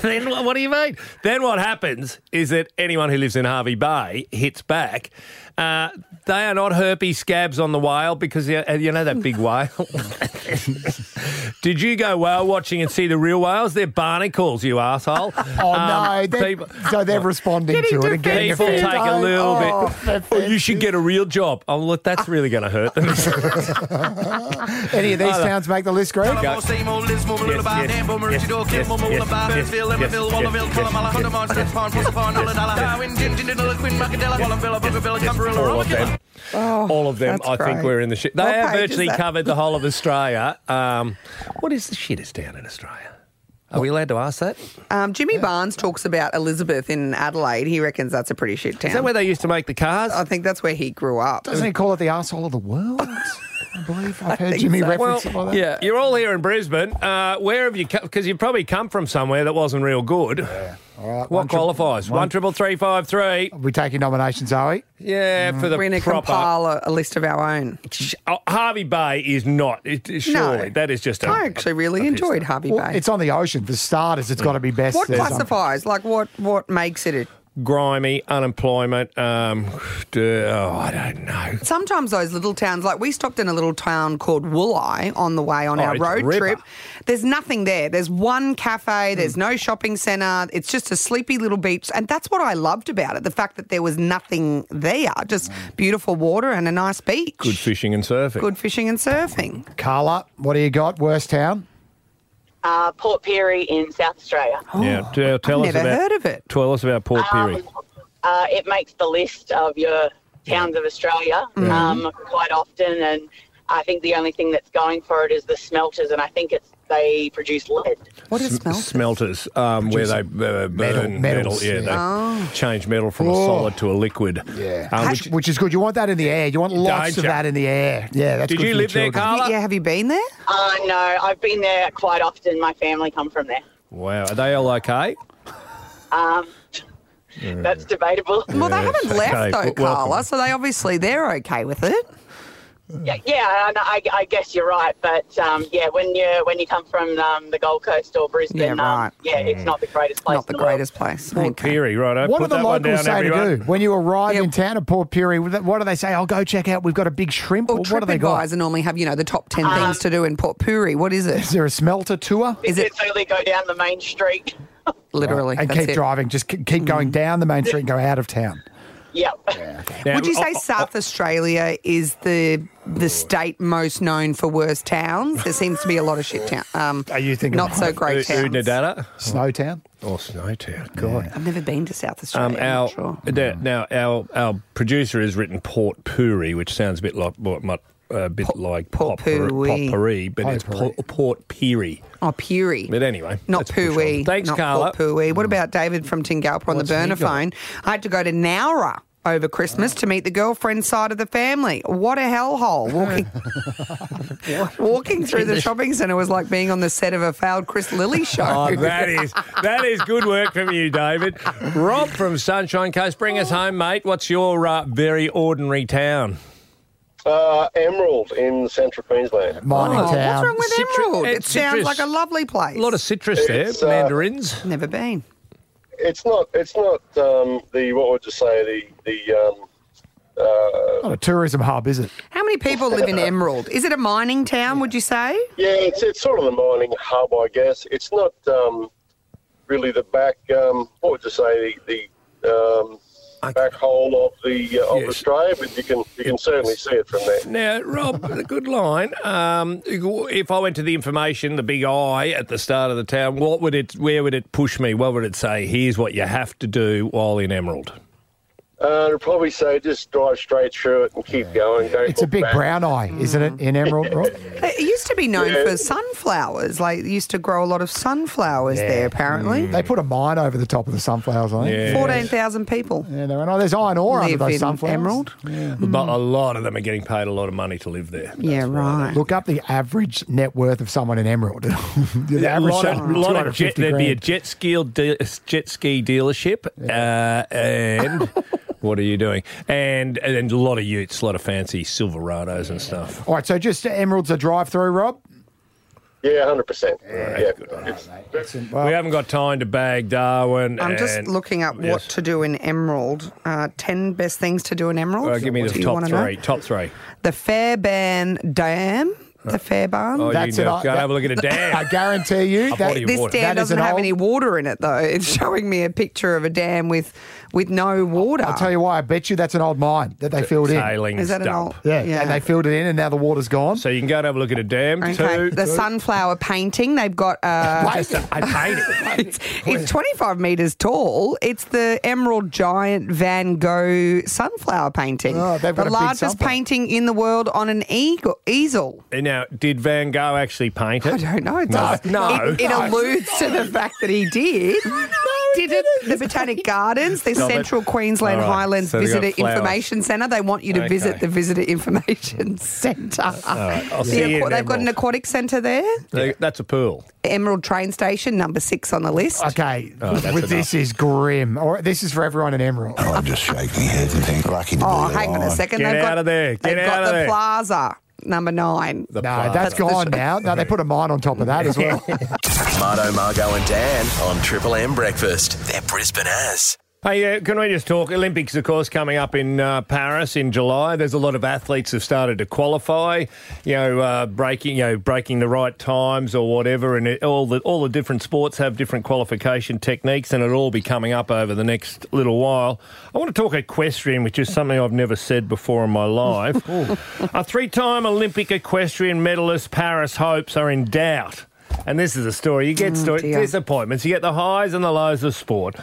then what, what do you mean? Then what happens is that anyone who lives in Harvey Bay hits back. Uh, they are not herpes scabs on the whale because you uh, you know that big whale. Did you go whale watching and see the real whales? They're barnacles, you asshole. Um, Oh, no. They're, so they're responding to it and getting uh, People offended. take a little Oh, bit. Oh, you should get a real job. Oh, look, that's really going to hurt them. Any of these Oh, no. towns make the list, Greg? Go. Yes, yes, yes, yes, yes, yes, yes, yes, yes, yes, yes, yes, yes. all of them. all of them. that's I think great. we're in the shit. They What have page is virtually that? covered the whole of Australia. Um, what is the shittest down in Australia? Are we allowed to ask that? um, Jimmy Barnes talks about Elizabeth in Adelaide. He reckons that's a pretty shit Um, town. Is that where they used to make the cars? uh, I think that's where he grew up. Doesn't he call it the asshole of the world? I believe I've heard think Jimmy so. reference Well, it like that. Yeah, you're all here in Brisbane. Uh, where have you come? Because you've probably come from somewhere that wasn't real good. what qualifies? One triple three five three. We taking nominations, are we? Mm. Yeah, for the We're going to proper. compile a, a list of our own. Oh, Harvey Bay is not. It, it- No. surely that is just. a- I actually really enjoyed Harvey Well, Bay. it's on the ocean. For starters, it's got to be best. What there's, um, classifies? Like what? What makes it a grimy, unemployment. Um, d- oh, I don't know. Sometimes those little towns, like we stopped in a little town called Wooleye on the way on Oh, our it's a road ripper. trip. There's nothing there. There's one cafe, there's Hmm. no shopping centre. It's just a sleepy little beach. And that's what I loved about it the fact that there was nothing there, just beautiful water and a nice beach. Hmm. Good fishing and surfing. Good fishing and surfing. Carla, what do you got? Worst town? Uh, Port Perry in South Australia. yeah, tell, tell I've us never about, heard of it. Tell us about Port Ah, Pirie. Uh, it makes the list of your towns of Australia Mhm. Mm-hmm. um, quite often, and I think the only thing that's going for it is the smelters, and I think it's they produce lead. What is smelters, um, where they uh, burn Metal- metal. metals, yeah, yeah. they Oh. change metal from a Oh. solid to a liquid. Um, Yeah, Hash- which, is good. You want that in the air. You want lots of Danger. that in the air. Yeah, that's Did good you for your live there, children. Carla? Yeah, have you been there? Uh, no, I've been there quite often. My family come from there. wow, are they all okay? Um, that's debatable. Well, they haven't left, though, w- welcome. Carla, so they obviously they're okay with it. Yeah, yeah and I, I guess you're right, but um, yeah, when you when you come from um, the Gold Coast or Brisbane, Yeah, um, right. yeah, it's not the greatest place. Not the greatest place. Port Pirie, right? What Put do the that one down, locals say everyone. to do when you arrive in town at Port Pirie? What do they say? Oh, go check out. We've got a big shrimp. Well, what do they got? TripAdvisor normally have, you know, the top 10 things to do in Port Puri. What is it? Is there a smelter tour? Is it only go down the main street? Literally, and that's keep it. Mm. driving. Just ke- keep going down the main street and go out of town. Yep. Would you say South Australia is the the state most known for worst towns? There seems to be a lot of shit town. Um, Are you thinking not so of- great U- towns? Udnadatta? Snowtown. Uh, Oh, Snowtown. God. I've never been to South Um, Australia. our da- now our our producer has written Port Puri, which sounds a bit like what might, uh, a bit like Port Puri. Potpourri, but it's Port, Port Piri. oh, Puri. But anyway, Not let's push on. Pooey. Thanks, not Carla. Mm. Port Pooey. What about David from Tingalpa on What's the he burner got? Oh. phone? I had to go to Nowra over Christmas to meet the girlfriend side of the family. What a hellhole. Walking, walking through the shopping centre was like being on the set of a failed Chris Lilly show. Oh, that is that is good work from you, David. Rob from Sunshine Coast, bring us home, mate. What's your uh, very ordinary town? Uh, Emerald in central Queensland. Mining Oh, what's What's wrong with Emerald? It it's sounds citrus. like a lovely place. A lot of citrus there, It's, uh, mandarins. Never been. It's not. It's not um, the what would you say the the. Um, uh, Not a tourism hub, is it? How many people live in Emerald? Is it a mining town, would you say? yeah, it's it's sort of the mining hub, I guess. It's not um, really the back. Um, what would you say the the um, back hole of the uh, of Australia, but you can you can certainly see it from there. Now, Rob, a good line. Um, if I went to the information, the big eye at the start of the town, what would it? Where would it push me? What would it say? Here's what you have to do while in Emerald. Uh, I'd probably say just drive straight through it and keep going. Don't It's a look big back. brown eye, isn't it, in Emerald? Rob? It used to be known Yeah. for sunflowers. Like, it used to grow a lot of sunflowers there, apparently. Mm. They put a mine over the top of the sunflowers, I think. 14,000 people. Yeah, they went, oh, there's iron ore under Live those in sunflowers. Emerald. But a lot of them are getting paid a lot of money to live there. Yeah, right. Look up the average net worth of someone in Emerald. the A average lot of, salary is lot of jet, 250 there'd be a grand. jet ski de- jet ski dealership, uh, and what are you doing? And and a lot of utes, a lot of fancy Silverados and stuff. All right, so just Emerald's a drive-through, Rob. Yeah, hundred percent. Yeah, Yeah, It's- we haven't got time to bag Darwin. I'm just and- looking up what Yes. to do in Emerald. Uh, 10 best things to do in Emerald. Well, Uh, give me What do the you top wanna know? three. Top three. The Fairbairn Dam. The Fairbairn. Oh, you can go, go and have a look at a I dam. guarantee you A that body of This water. dam That is doesn't an have old- any water in it, though. It's showing me a picture of a dam with with no water. I'll tell you why. I bet you that's an old mine that they filled in. tailings Is that an dump. old- Yeah, yeah. and they filled it in, and now the water's gone. so you can go and have a look at a dam Okay, too. the sunflower painting. They've got. Uh, Just a- I paid it. It's 25 metres tall. It's the Emerald Giant Van Gogh sunflower painting. Oh, they've got the a big largest sunflower. painting in the world on an eagle, easel. Now, did Van Gogh actually paint it? I don't know. It No, does- no. It, it alludes to the fact that he did. Did it? The Botanic Gardens, the Stop it. Central Queensland All right, Highlands so they've got Visitor flowers. Information Centre. They want you to Okay. visit the Visitor Information Centre. right, I'll The see you in they've got Emerald. an aquatic centre there. They- That's a pool. Emerald train station, number six on the list. Okay, Oh, that's Oh, with this is grim. All right, this is for everyone in Emerald. I just shake my head and think, lucky to Oh, be hang on a alive. second. Get they've out got, of there. Get they've got out of the there. plaza, number nine. The No, that's the gone sh- now. No, they put a mine on top of that as well. Marto, Margo, and Dan on Triple M Breakfast. They're Brisbane as. Hey, uh, can we just talk? Olympics, of course, coming up in uh, Paris in July. There's a lot of athletes have started to qualify, you know, uh, breaking, you know, breaking the right times or whatever. And it, all the all the different sports have different qualification techniques, and it'll all be coming up over the next little while. I want to talk equestrian, which is something I've never said before in my life. a three-time Olympic equestrian medalist, Paris hopes are in doubt. And this is a story. You get story, disappointments. You get the highs and the lows of sport.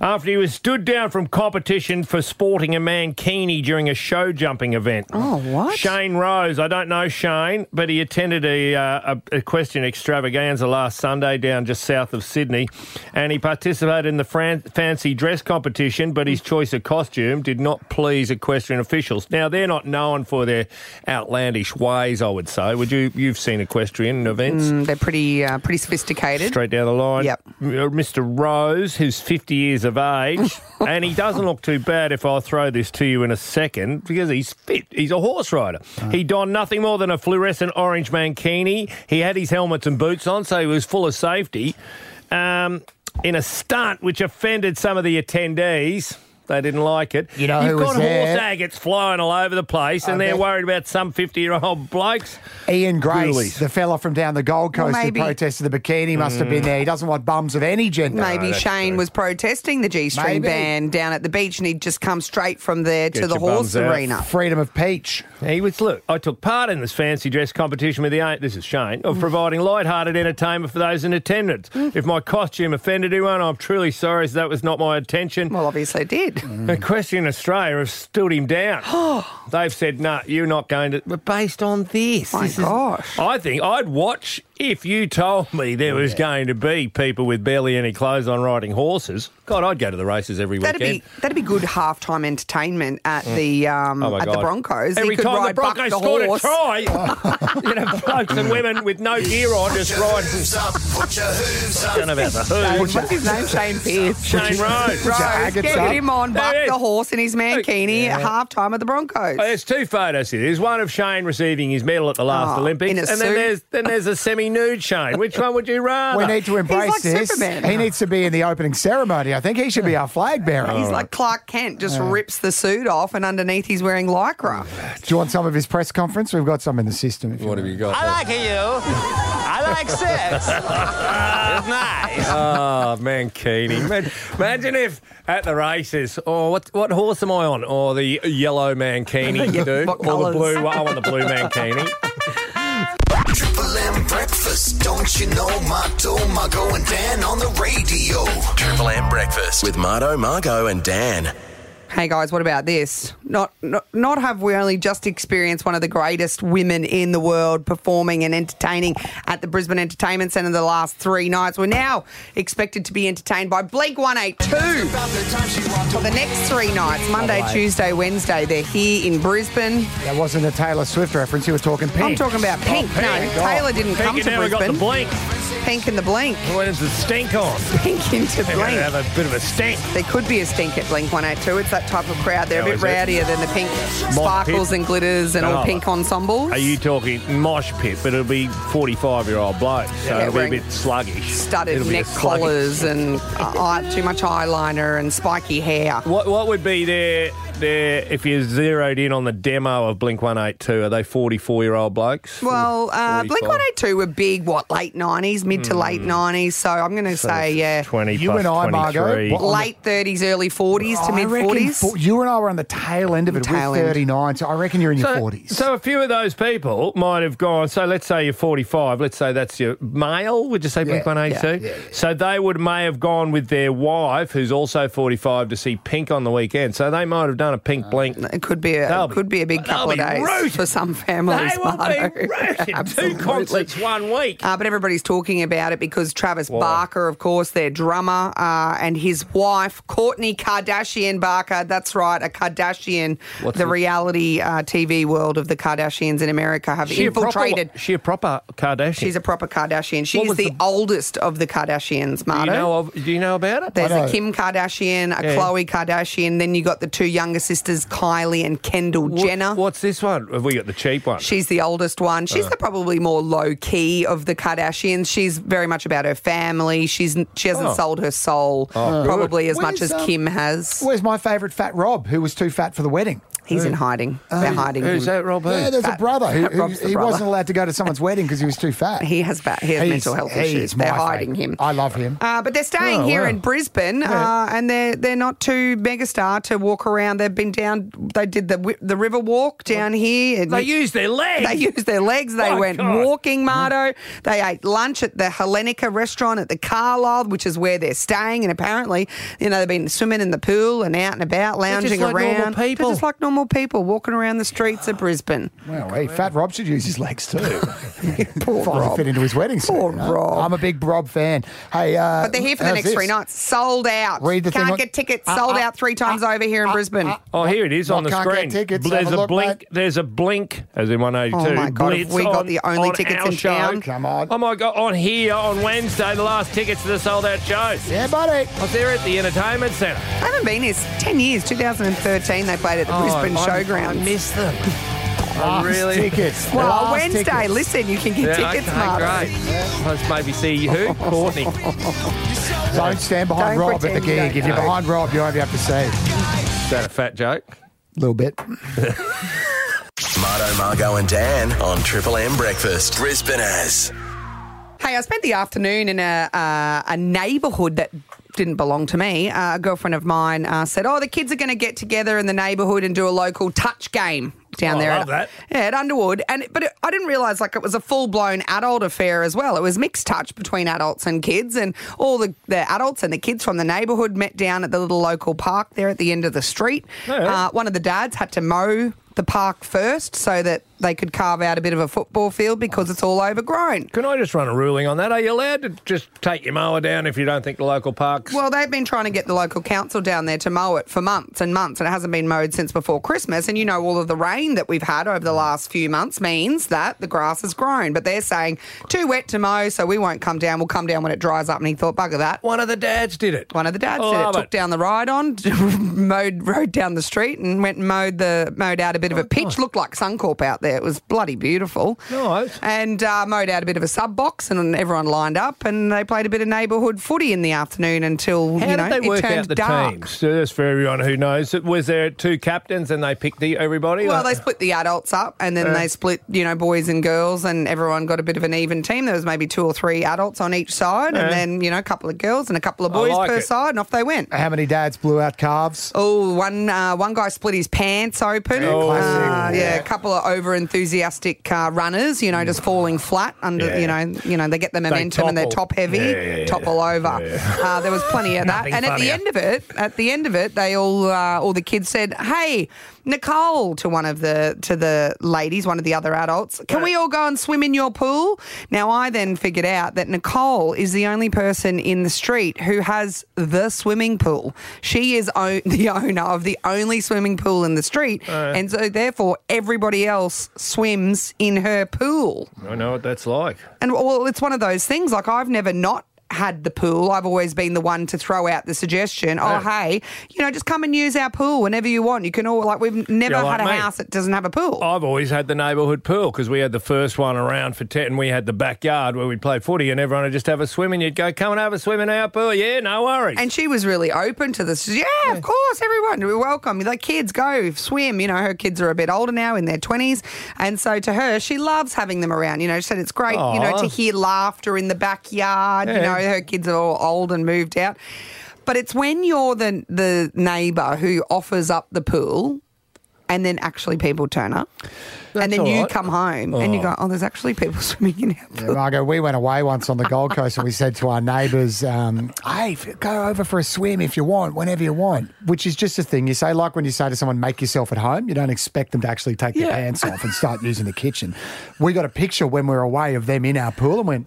After he was stood down from competition for sporting a mankini during a show jumping event. Oh, what? Shane Rose. I don't know Shane, but he attended a, uh, a equestrian extravaganza last Sunday down just south of Sydney, and he participated in the Fran- fancy dress competition. But his choice of costume did not please equestrian officials. Now they're not known for their outlandish ways. I would say. Would you? You've seen equestrian events? Mm, they're pretty uh, pretty sophisticated. Straight down the line. Yep. M- Mr. Rose, who's 50 years of age, and he doesn't look too bad if I throw this to you in a second because he's fit. He's a horse rider. He donned nothing more than a fluorescent orange mankini. He had his helmets and boots on, so he was full of safety. Um, in a stunt which offended some of the attendees. They didn't like it. You know You've who got was horse there? agates flying all over the place, and they're worried about some fifty-year-old blokes. Ian Grace, Ghoulies. the fella from down the Gold Well, Coast maybe- who protested the bikini, must have been there. He doesn't want bums of any gender. Maybe Shane was protesting the G string Maybe. ban down at the beach and he'd just come straight from there to the horse arena. Freedom of Peach. He was, look, I took part in this fancy dress competition with the aim, this is Shane, Mm. of providing light-hearted entertainment for those in attendance. If my costume offended anyone, I'm truly sorry as that was not my intention. Well, obviously it did. Mm, Equestrian Australia have stood him down. Oh. They've said, no, you're not going to... But based on this... My gosh. I think I'd watch if you told me there was going to be people with barely any clothes on riding horses. God, I'd go to the races every That'd weekend. be that'd be good halftime entertainment at Mm. the um, Oh, my at the God. Broncos. Every he could time the ride Buck Broncos the scored a horse. try, You'd have blokes and women with no gear on just riding. Put your hooves I don't know about the Shane- hooves. What's his name? Shane Pearce. Shane Rose. Rose. Get him on Buck There he is. the horse in his mankini Yeah. at halftime of the Broncos. Oh, there's two photos here. There's one of Shane receiving his medal at the last Oh, Olympics, in a and then suit. there's then there's a semi-nude Shane. Which one would you rather? We need to embrace this. He needs to be in the opening ceremony. I think he should be our flag bearer. He's like Clark Kent, just rips the suit off, and underneath he's wearing lycra. Do you want some of his press conference? We've got some in the system. If you What have you got? like you. I like sex. it's nice. oh, mankini. Imagine, imagine if at the races, oh, what what horse am I on? Or the yellow mankini, you do, What or colours? the blue. one. I want the blue mankini. Triple M breakfast, don't you know? Marto, Margo, and Dan on the radio. Triple M breakfast with Marto, Margo, and Dan. Hey guys, what about this? Not, not not have we only just experienced one of the greatest women in the world performing and entertaining at the Brisbane Entertainment Centre the last three nights. We're now expected to be entertained by Blink 182 for the next three nights Monday, Lovely. Tuesday, Wednesday. They're here in Brisbane. That wasn't a Taylor Swift reference. He was talking pink. I'm talking about Pink. Oh, No, Oh. Taylor didn't Pink come and to now we got the Brisbane. Blink. Pink and the Blink. Where's the stink on? Pink into They're Blink. gonna have a bit of a stink. There could be a stink at Blink 182. It's that type of crowd. They're Oh, a bit is it? rowdier than the pink pit. sparkles and glitters and all Oh. pink ensembles. Are you talking mosh pit? But it'll be 45 year old blokes, so Yeah, it'll wearing be a bit sluggish. studded It'll be a neck sluggish- collars and uh, eye- too much eyeliner and spiky hair. What what would be their their if you zeroed in on the demo of Blink One Eight Two? Are they forty four year old blokes? Well, uh, 45. Blink 182 were big, what, late 90s, mid to late Hmm. 90s. So I'm going to say, yeah. 20 You plus and I, Margot, 23. what on Late 30s, early 40s to I mid reckon 40s. fo- you and I were on the tail end of it. Tail We're end. 39, so I reckon you're in your 40s. So a few of those people might have gone. So let's say you're 45. Let's say that's your male. Would you say Blink One Eight yeah, Two? yeah, So they would may have gone with their wife, who's also 45, to see Pink on the weekend. So they might have done a Uh, Pink Blink. It could be a could be a big couple of they'll be days for some families. They will be Marno. rooted. Two Absolutely. concerts one week. Uh, but everybody's talking about it because Travis Barker, of course, their drummer, uh, and his wife, Courtney Kardashian Barker. That's right, a Kardashian. What's the it- reality uh, TV world of the Kardashians in America have She a proper- infiltrated. she a proper Kardashian. She's a proper Kardashian. She What is was the, the- oldest of the Kardashians, do you Marta. know of? Do you know about it? There's a Kim Kardashian, a Yeah. Khloe Kardashian, then you got the two younger younger sisters, Kylie and Kendall Jenner. What's this one? Have we got the cheap one? She's the oldest one. She's Uh. the probably more low key of the Kardashians. She's very much about her family. She's n- she hasn't Oh. sold her soul probably as much Where's, as um, Kim has. Where's my favourite Fat Rob, who was too fat for the wedding? He's in hiding. They're hiding Who's him. that, Rob? Who? Yeah, there's a Fat- brother. Who, Fat who- Rob's the he brother. wasn't allowed to go to someone's wedding because he was too fat. He has bad. He has He's- mental health he issues. is my They're hiding favourite. him. I love him. Uh, but they're staying Oh, here wow. in Brisbane, uh, and they're they're not too megastar to walk around. They've been down. They did the wi- the river walk down here. and- They used their legs. They used their legs. They My went God. walking, Mardo. They ate lunch at the Hellenica restaurant at the Carlisle, which is where they're staying. And apparently, you know, they've been swimming in the pool and out and about, They're just lounging like normal around. people. They're just like normal people walking around the streets of Brisbane. Wow, hey, Fat Rob should use his legs too. Poor Rob. fit into his wedding suit. Poor Rob. I'm a big Rob fan. Hey, uh, But they're here for the how's next this? three nights. Sold out. Read the thing Can't on- get tickets. Uh, Sold uh, out three times over here in Brisbane. Oh, here it is Well, on the can't get screen. tickets, there's have a a look, blink. There's a blink, as in 182. Oh, my God, have Blitz we got on- the only on tickets our in show. town? Come on. Oh my God! On here on Wednesday, the last tickets to the sold-out show. Yeah, buddy. I was there at the entertainment centre. I haven't been here s- 10 years. 2013, they played at the Oh, Brisbane I- Showgrounds. miss them. Last tickets. Well, Last on Wednesday, tickets. listen, you can get yeah, tickets, okay, Mark. great. Let's maybe see who Courtney. Don't stand behind Don't Rob at the pretend you gig. don't If you're know. behind Rob, you won't be able to see. A Is that a fat joke? little bit. Marto, Margo, and Dan on Triple M Breakfast. Brisbane as. Hey, I spent the afternoon in a uh, a neighbourhood that didn't belong to me. Uh, a girlfriend of mine uh, said, "Oh, the kids are going to get together in the neighbourhood and do a local touch game down Oh, I there." love that. at, Yeah, at Underwood, and it- but it, I didn't realise like it was a full blown adult affair as well. It was mixed touch between adults and kids, and all the, the adults and the kids from the neighbourhood met down at the little local park there at the end of the street. Yeah. Uh, one of the dads had to mow. The park first, so that they could carve out a bit of a football field because it's all overgrown. Can I just run a ruling on that? Are you allowed to just take your mower down if you don't think the local parks? Well, they've been trying to get the local council down there to mow it for months and months, and it hasn't been mowed since before Christmas. And you know, all of the rain that we've had over the last few months means that the grass has grown. But they're saying too wet to mow, so we won't come down. We'll come down when it dries up. And he thought, bugger that. One of the dads did it. One of the dads Oh, did it. love Took it. down the ride on, mowed rode down the street, and went and mowed the mowed out a Oh, bit of a pitch. Looked like Suncorp out there. It was bloody beautiful. Nice. And uh, mowed out a bit of a sub box, and everyone lined up, and they played a bit of neighbourhood footy in the afternoon until How you know did they it work turned out the dark. teams? So that's for everyone who knows. Was there two captains and they picked the everybody? Well, Like- they split the adults up and then Yeah. they split, you know, boys and girls, and everyone got a bit of an even team. There was maybe two or three adults on each side, Yeah. and then, you know, a couple of girls and a couple of I boys like per it. side, and off they went. How many dads blew out calves? Oh, one uh, one guy split his pants open. Yeah, classic. Uh, yeah, Yeah. a couple of over enthusiastic uh, runners, you know, just falling flat under, Yeah. you know, you know, they get the They momentum and they're topple. top heavy, Yeah, yeah, yeah. topple over. Uh, there was plenty of that. Nothing And at the funnier. end of it, at the end of it, they all uh, all the kids said, "Hey, Nicole," to one of the to the ladies, one of the other adults. Can we all go and swim in your pool? Now I then figured out that Nicole is the only person in the street who has the swimming pool. She is o- the owner of the only swimming pool in the street, and so therefore everybody else swims in her pool. I know what that's like. And well, it's one of those things. Like I've never not had the pool. I've always been the one to throw out the suggestion. Oh, Yeah. hey, you know, just come and use our pool whenever you want. You can all like we've never Yeah, like had a me. house that doesn't have a pool. I've always had the neighbourhood pool because we had the first one around for 10 and we had the backyard where we'd play footy and everyone would just have a swim and you'd go, come and have a swim in our pool. Yeah, no worries. And she was really open to this. She said, Yeah, of course, everyone, we welcome. Like kids, go swim. You know, her kids are a bit older now in their twenties, and so to her, she loves having them around. You know, she said it's great. You know, Aw. to hear laughter in the backyard. You Yeah. know, her kids are all old and moved out. But it's when you're the the neighbour who offers up the pool. And then actually, people turn up, and then all you right. come home and you Oh. go, "Oh, there's actually people swimming in our Yeah, Margo, we went away once on the Gold Coast and we said to our neighbours, um, hey, f- go over for a swim if you want, whenever you want, which is just a thing you say. Like when you say to someone, make yourself at home, you don't expect them to actually take their pants off and start using the kitchen. We got a picture when we were away of them in our pool and went,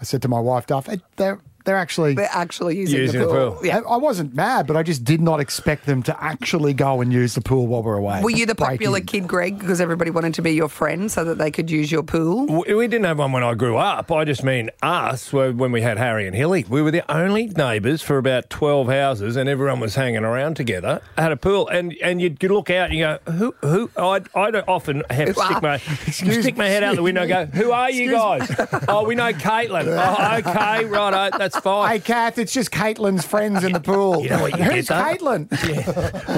I said to my wife, Duff, "Hey, they're, They're actually They're actually using, the pool. Yeah. I, I wasn't mad, but I just did not expect them to actually go and use the pool while we're away. Were you the Break popular in. kid, Greg, because everybody wanted to be your friend so that they could use your pool? We we didn't have one when I grew up. I just mean us were- when we had Harry and Hilly. We were the only neighbours for about 12 houses and everyone was hanging around together. Had a pool and, and you'd you'd look out and you go, who, who? I'd, I'd often have to Who stick are- my, Excuse- stick my head out the window and go, who are you guys? Excuse- oh, we know Caitlin. Oh, okay, righto, that's fine. Hey, Kath, it's just Caitlin's friends in the pool. You know what you Who's get, though? Caitlin?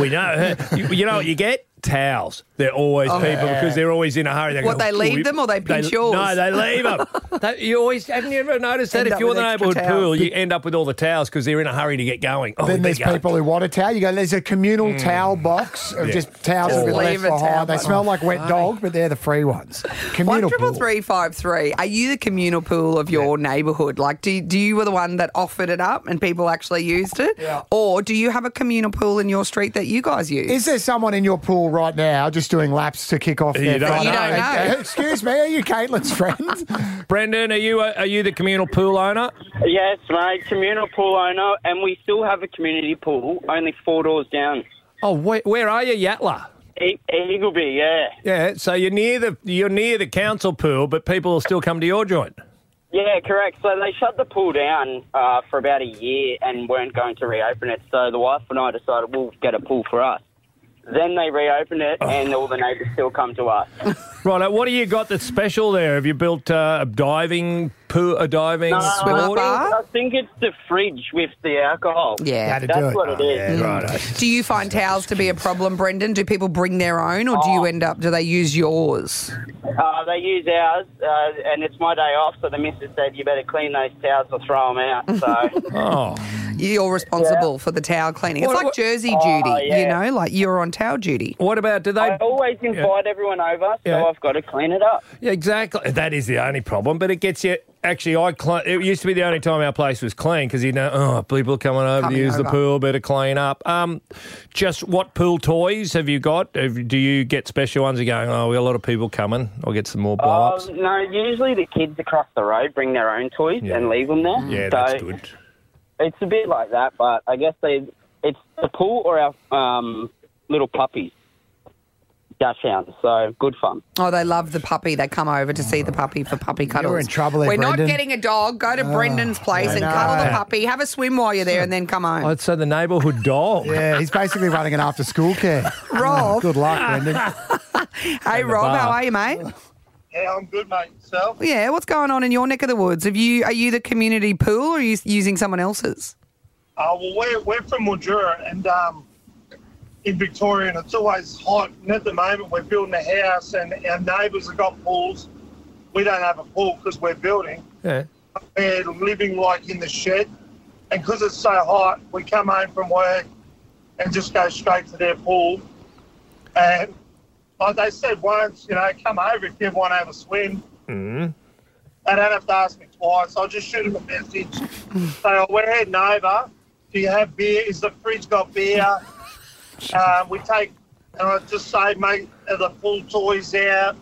We know. her. You, you know what you get? Towels. They're always Oh. people Yeah. because they're always in a hurry. What, they leave them or they pinch yours? No, they leave them. They- you always haven't you ever noticed that End if up you're with the extra neighbourhood towels. pool, you end up with all the towels because they're in a hurry to get going. Oh, then there there's you go. people who want a towel. You go, there's a communal towel box of Yeah. just towels that Just have been left leave a towel behind. They box. smell like wet Funny. dog, but they're the free ones. One Communal triple pool. three five three. Are you the communal pool of your neighbourhood? Like, do do you were the one that offered it up and people actually used it, or do you have a communal pool in your street that you guys use? Is there someone in your pool right now just doing laps to kick off? You their don't friend? You don't know. know. Excuse me, are you Caitlin's friend? Brendan, are you a, are you the communal pool owner? Yes, mate, communal pool owner, and we still have a community pool only four doors down. Oh, wait, where are you, Yatla? E- Eagleby, yeah. Yeah, so you're near the you're near the council pool, but people will still come to your joint. Yeah, correct. So they shut the pool down uh, for about a year and weren't going to reopen it. So the wife and I decided we'll get a pool for us. Then they reopened it, and all the neighbours still come to us. Right, uh, what do you got that's special there? Have you built uh, a diving pool, a diving No, I board? think- I think it's the fridge with the alcohol. Yeah. That'd that's do it. what it is. Yeah, righto. do you find towels to be a problem, Brendan? Do people bring their own, or do Oh. you end up do they use yours? Uh, they use ours, uh, and it's my day off, so the missus said, you better clean those towels or throw them out. So, Oh. You're responsible for the towel cleaning. It's What- like what- Jersey Oh, duty, yeah. you know, like you're on towel duty. What about do they? I always invite everyone over, so Yeah. I've got to clean it up. Yeah, exactly. That is the only problem, but it gets you. Actually, I cl- it used to be the only time our place was clean because you know, oh, people coming over Coming to use the over. pool, better clean up. Um, just what pool toys have you got? Have, do you get special ones? You're going, oh, we got a lot of people coming. I'll get some more blow ups. Um, no, usually the kids across the road bring their own toys and leave them there. yeah, so that's good. It's a bit like that, but I guess they it's the pool or our um, little puppies, dash hounds. So good fun. Oh, they love the puppy. They come over to see the puppy for puppy cuddles. in trouble there, We're Brendan. not getting a dog. Go to Oh, Brendan's place I and know. cuddle the puppy. Have a swim while you're there, and then come home. Oh, so the neighbourhood dog. yeah, he's basically running an after school care. Rob. Oh, good luck, Brendan. Hey, Rob, bar. how are you, mate? Yeah, I'm good, mate. Yourself? Yeah, what's going on in your neck of the woods? Have you are you the community pool or are you s- using someone else's? Uh, well, we're, we're from Mildura and um, in Victoria, and it's always hot. And at the moment, we're building a house, and our neighbours have got pools. We don't have a pool because we're building. Yeah. We're living like in the shed. And because it's so hot, we come home from work and just go straight to their pool. And like they said once, you know, come over if you want to have a swim. Mm. They don't have to ask me twice. I'll just shoot them a message. so we're heading over. Do you have beer? Is the fridge got beer? uh, we take, and I just say, mate, are the pool toys out?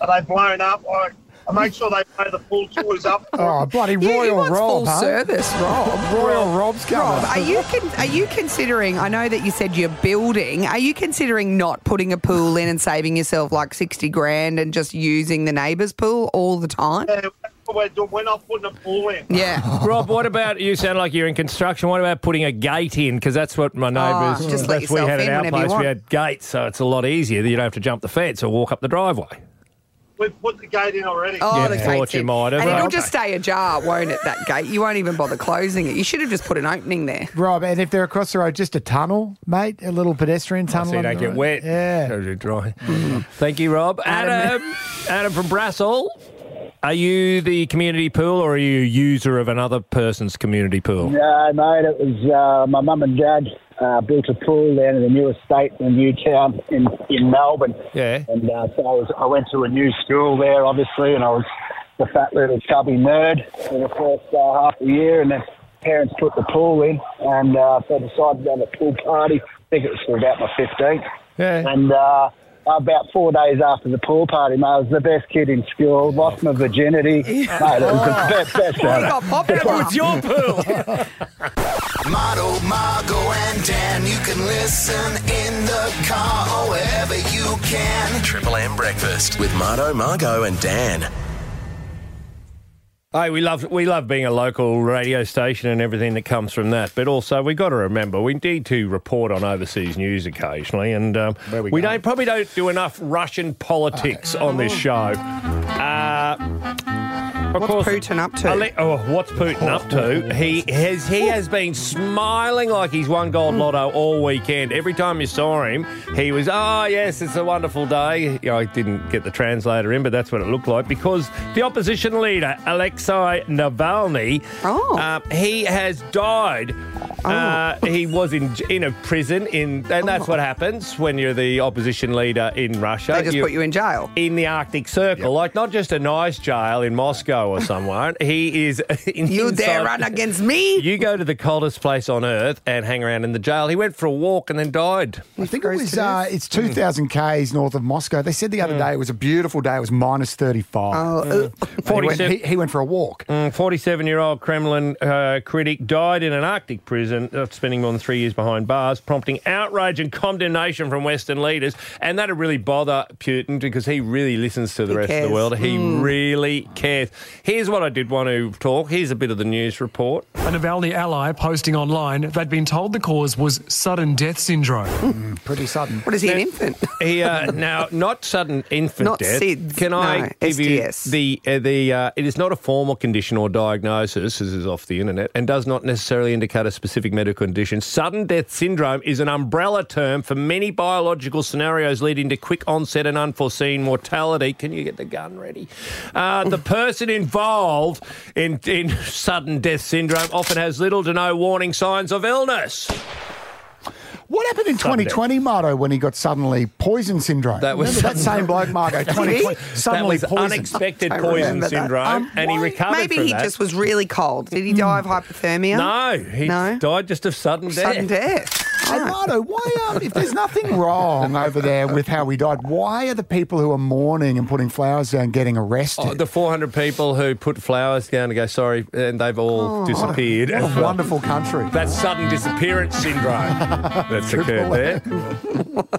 Are they blown up? I, I make sure they blow the pool toys up. Oh, bloody Royal wants Rob. full huh? service, Rob. Royal Rob's coming. Rob, are you con- are you considering? I know that you said you're building. Are you considering not putting a pool in and saving yourself like sixty grand and just using the neighbour's pool all the time? Yeah, we're, doing, uh, we're not putting a pool in. Yeah. Rob, what about you? Sound like you're in construction. What about putting a gate in? Because that's what my Oh, neighbours. just let that's- we yourself had at in our whenever you place. We want. had gates, so it's a lot easier. You don't have to jump the fence or walk up the driveway. We've put the gate in already. Oh, the Yeah, gate's thought you in. might have. And it'll Okay. just stay ajar, won't it? That gate. You won't even bother closing it. You should have just put an opening there. Rob, and if they're across the road, just a tunnel, mate, a little pedestrian tunnel. Oh, So you don't under get it. wet. Yeah. dry. Thank you, Rob. Adam, Adam from Brassall. Are you the community pool or are you a user of another person's community pool? No, mate, it was uh, my mum and dad uh, built a pool down in the new estate in the new town in, in Melbourne. Yeah. And uh, so I, was, I went to a new school there, obviously, and I was the fat little chubby nerd for the first uh, half a year. And then parents put the pool in, and uh, so I decided to have a pool party. I think it was for about my 15th. Yeah. And uh, I about four days after the pool party, mate, I was the best kid in school, lost my virginity. mate, it was the best, best ever. Oh, It's your pool. Marto, Margo, and Dan. You can listen in the car or wherever you can. Triple M Breakfast with Marto, Margo, and Dan. Hey, we love we love being a local radio station and everything that comes from that. But also, we've got to remember we need to report on overseas news occasionally, and um, we, don't probably don't do enough Russian politics on this show. Uh, of what's course, Putin up to? oh, what's Putin up to? He has he has been smiling like he's won gold lotto all weekend. Every time you saw him, he was oh yes, it's a wonderful day. You know, I didn't get the translator in, but that's what it looked like because the opposition leader Alexei Navalny, Oh. uh, he has died. Uh, he was in in a prison in, and that's what happens when you're the opposition leader in Russia. Oh. They just put you in jail in the Arctic Circle, like not just a nice jail in Moscow or somewhere. he is in, You dare inside- run against me? You go to the coldest place on earth and hang around in the jail. He went for a walk and then died. I think it was uh, it's 2,000 k's north of Moscow. They said the other day it was a beautiful day. It was minus 35. Oh, uh, And he, went, 47 he, he went for a walk. Mm, Forty-seven-year-old Kremlin uh, critic died in an Arctic prison, uh, spending more than three years behind bars, prompting outrage and condemnation from Western leaders, and that'll really bother Putin because he really listens to the He rest of cares. the world. He Mm. really cares. Here's what I did want to talk. Here's a bit of the news report. A Navalny ally posting online they'd been told the cause was sudden death syndrome. pretty sudden. What is he, an infant? He, uh, now, not sudden infant Not death. SIDS, Can I no, give STS. you the uh, the? Uh, it is not a formal condition or diagnosis. This is off the internet and does not necessarily indicate a specific medical condition. Sudden death syndrome is an umbrella term for many biological scenarios leading to quick onset and unforeseen mortality. Can you get the gun ready? Uh, the person involved in, in sudden death syndrome often has little to no warning signs of illness. What happened in 2020, Marto, when he got suddenly poison syndrome? That was Remember that same bloke, Marto. 2020, suddenly that was poison. unexpected I poison remember that. syndrome, Um, and he recovered Maybe from he that. just was really cold. Did he die of hypothermia? No, he died just of sudden death. Sudden death. Hey, Marto, why, um, if there's nothing wrong over there with how he died, why are the people who are mourning and putting flowers down getting arrested? Oh, the 400 people who put flowers down to go sorry, and they've all Oh, disappeared. What as a, what a well. wonderful country. That sudden disappearance syndrome that's occurred there.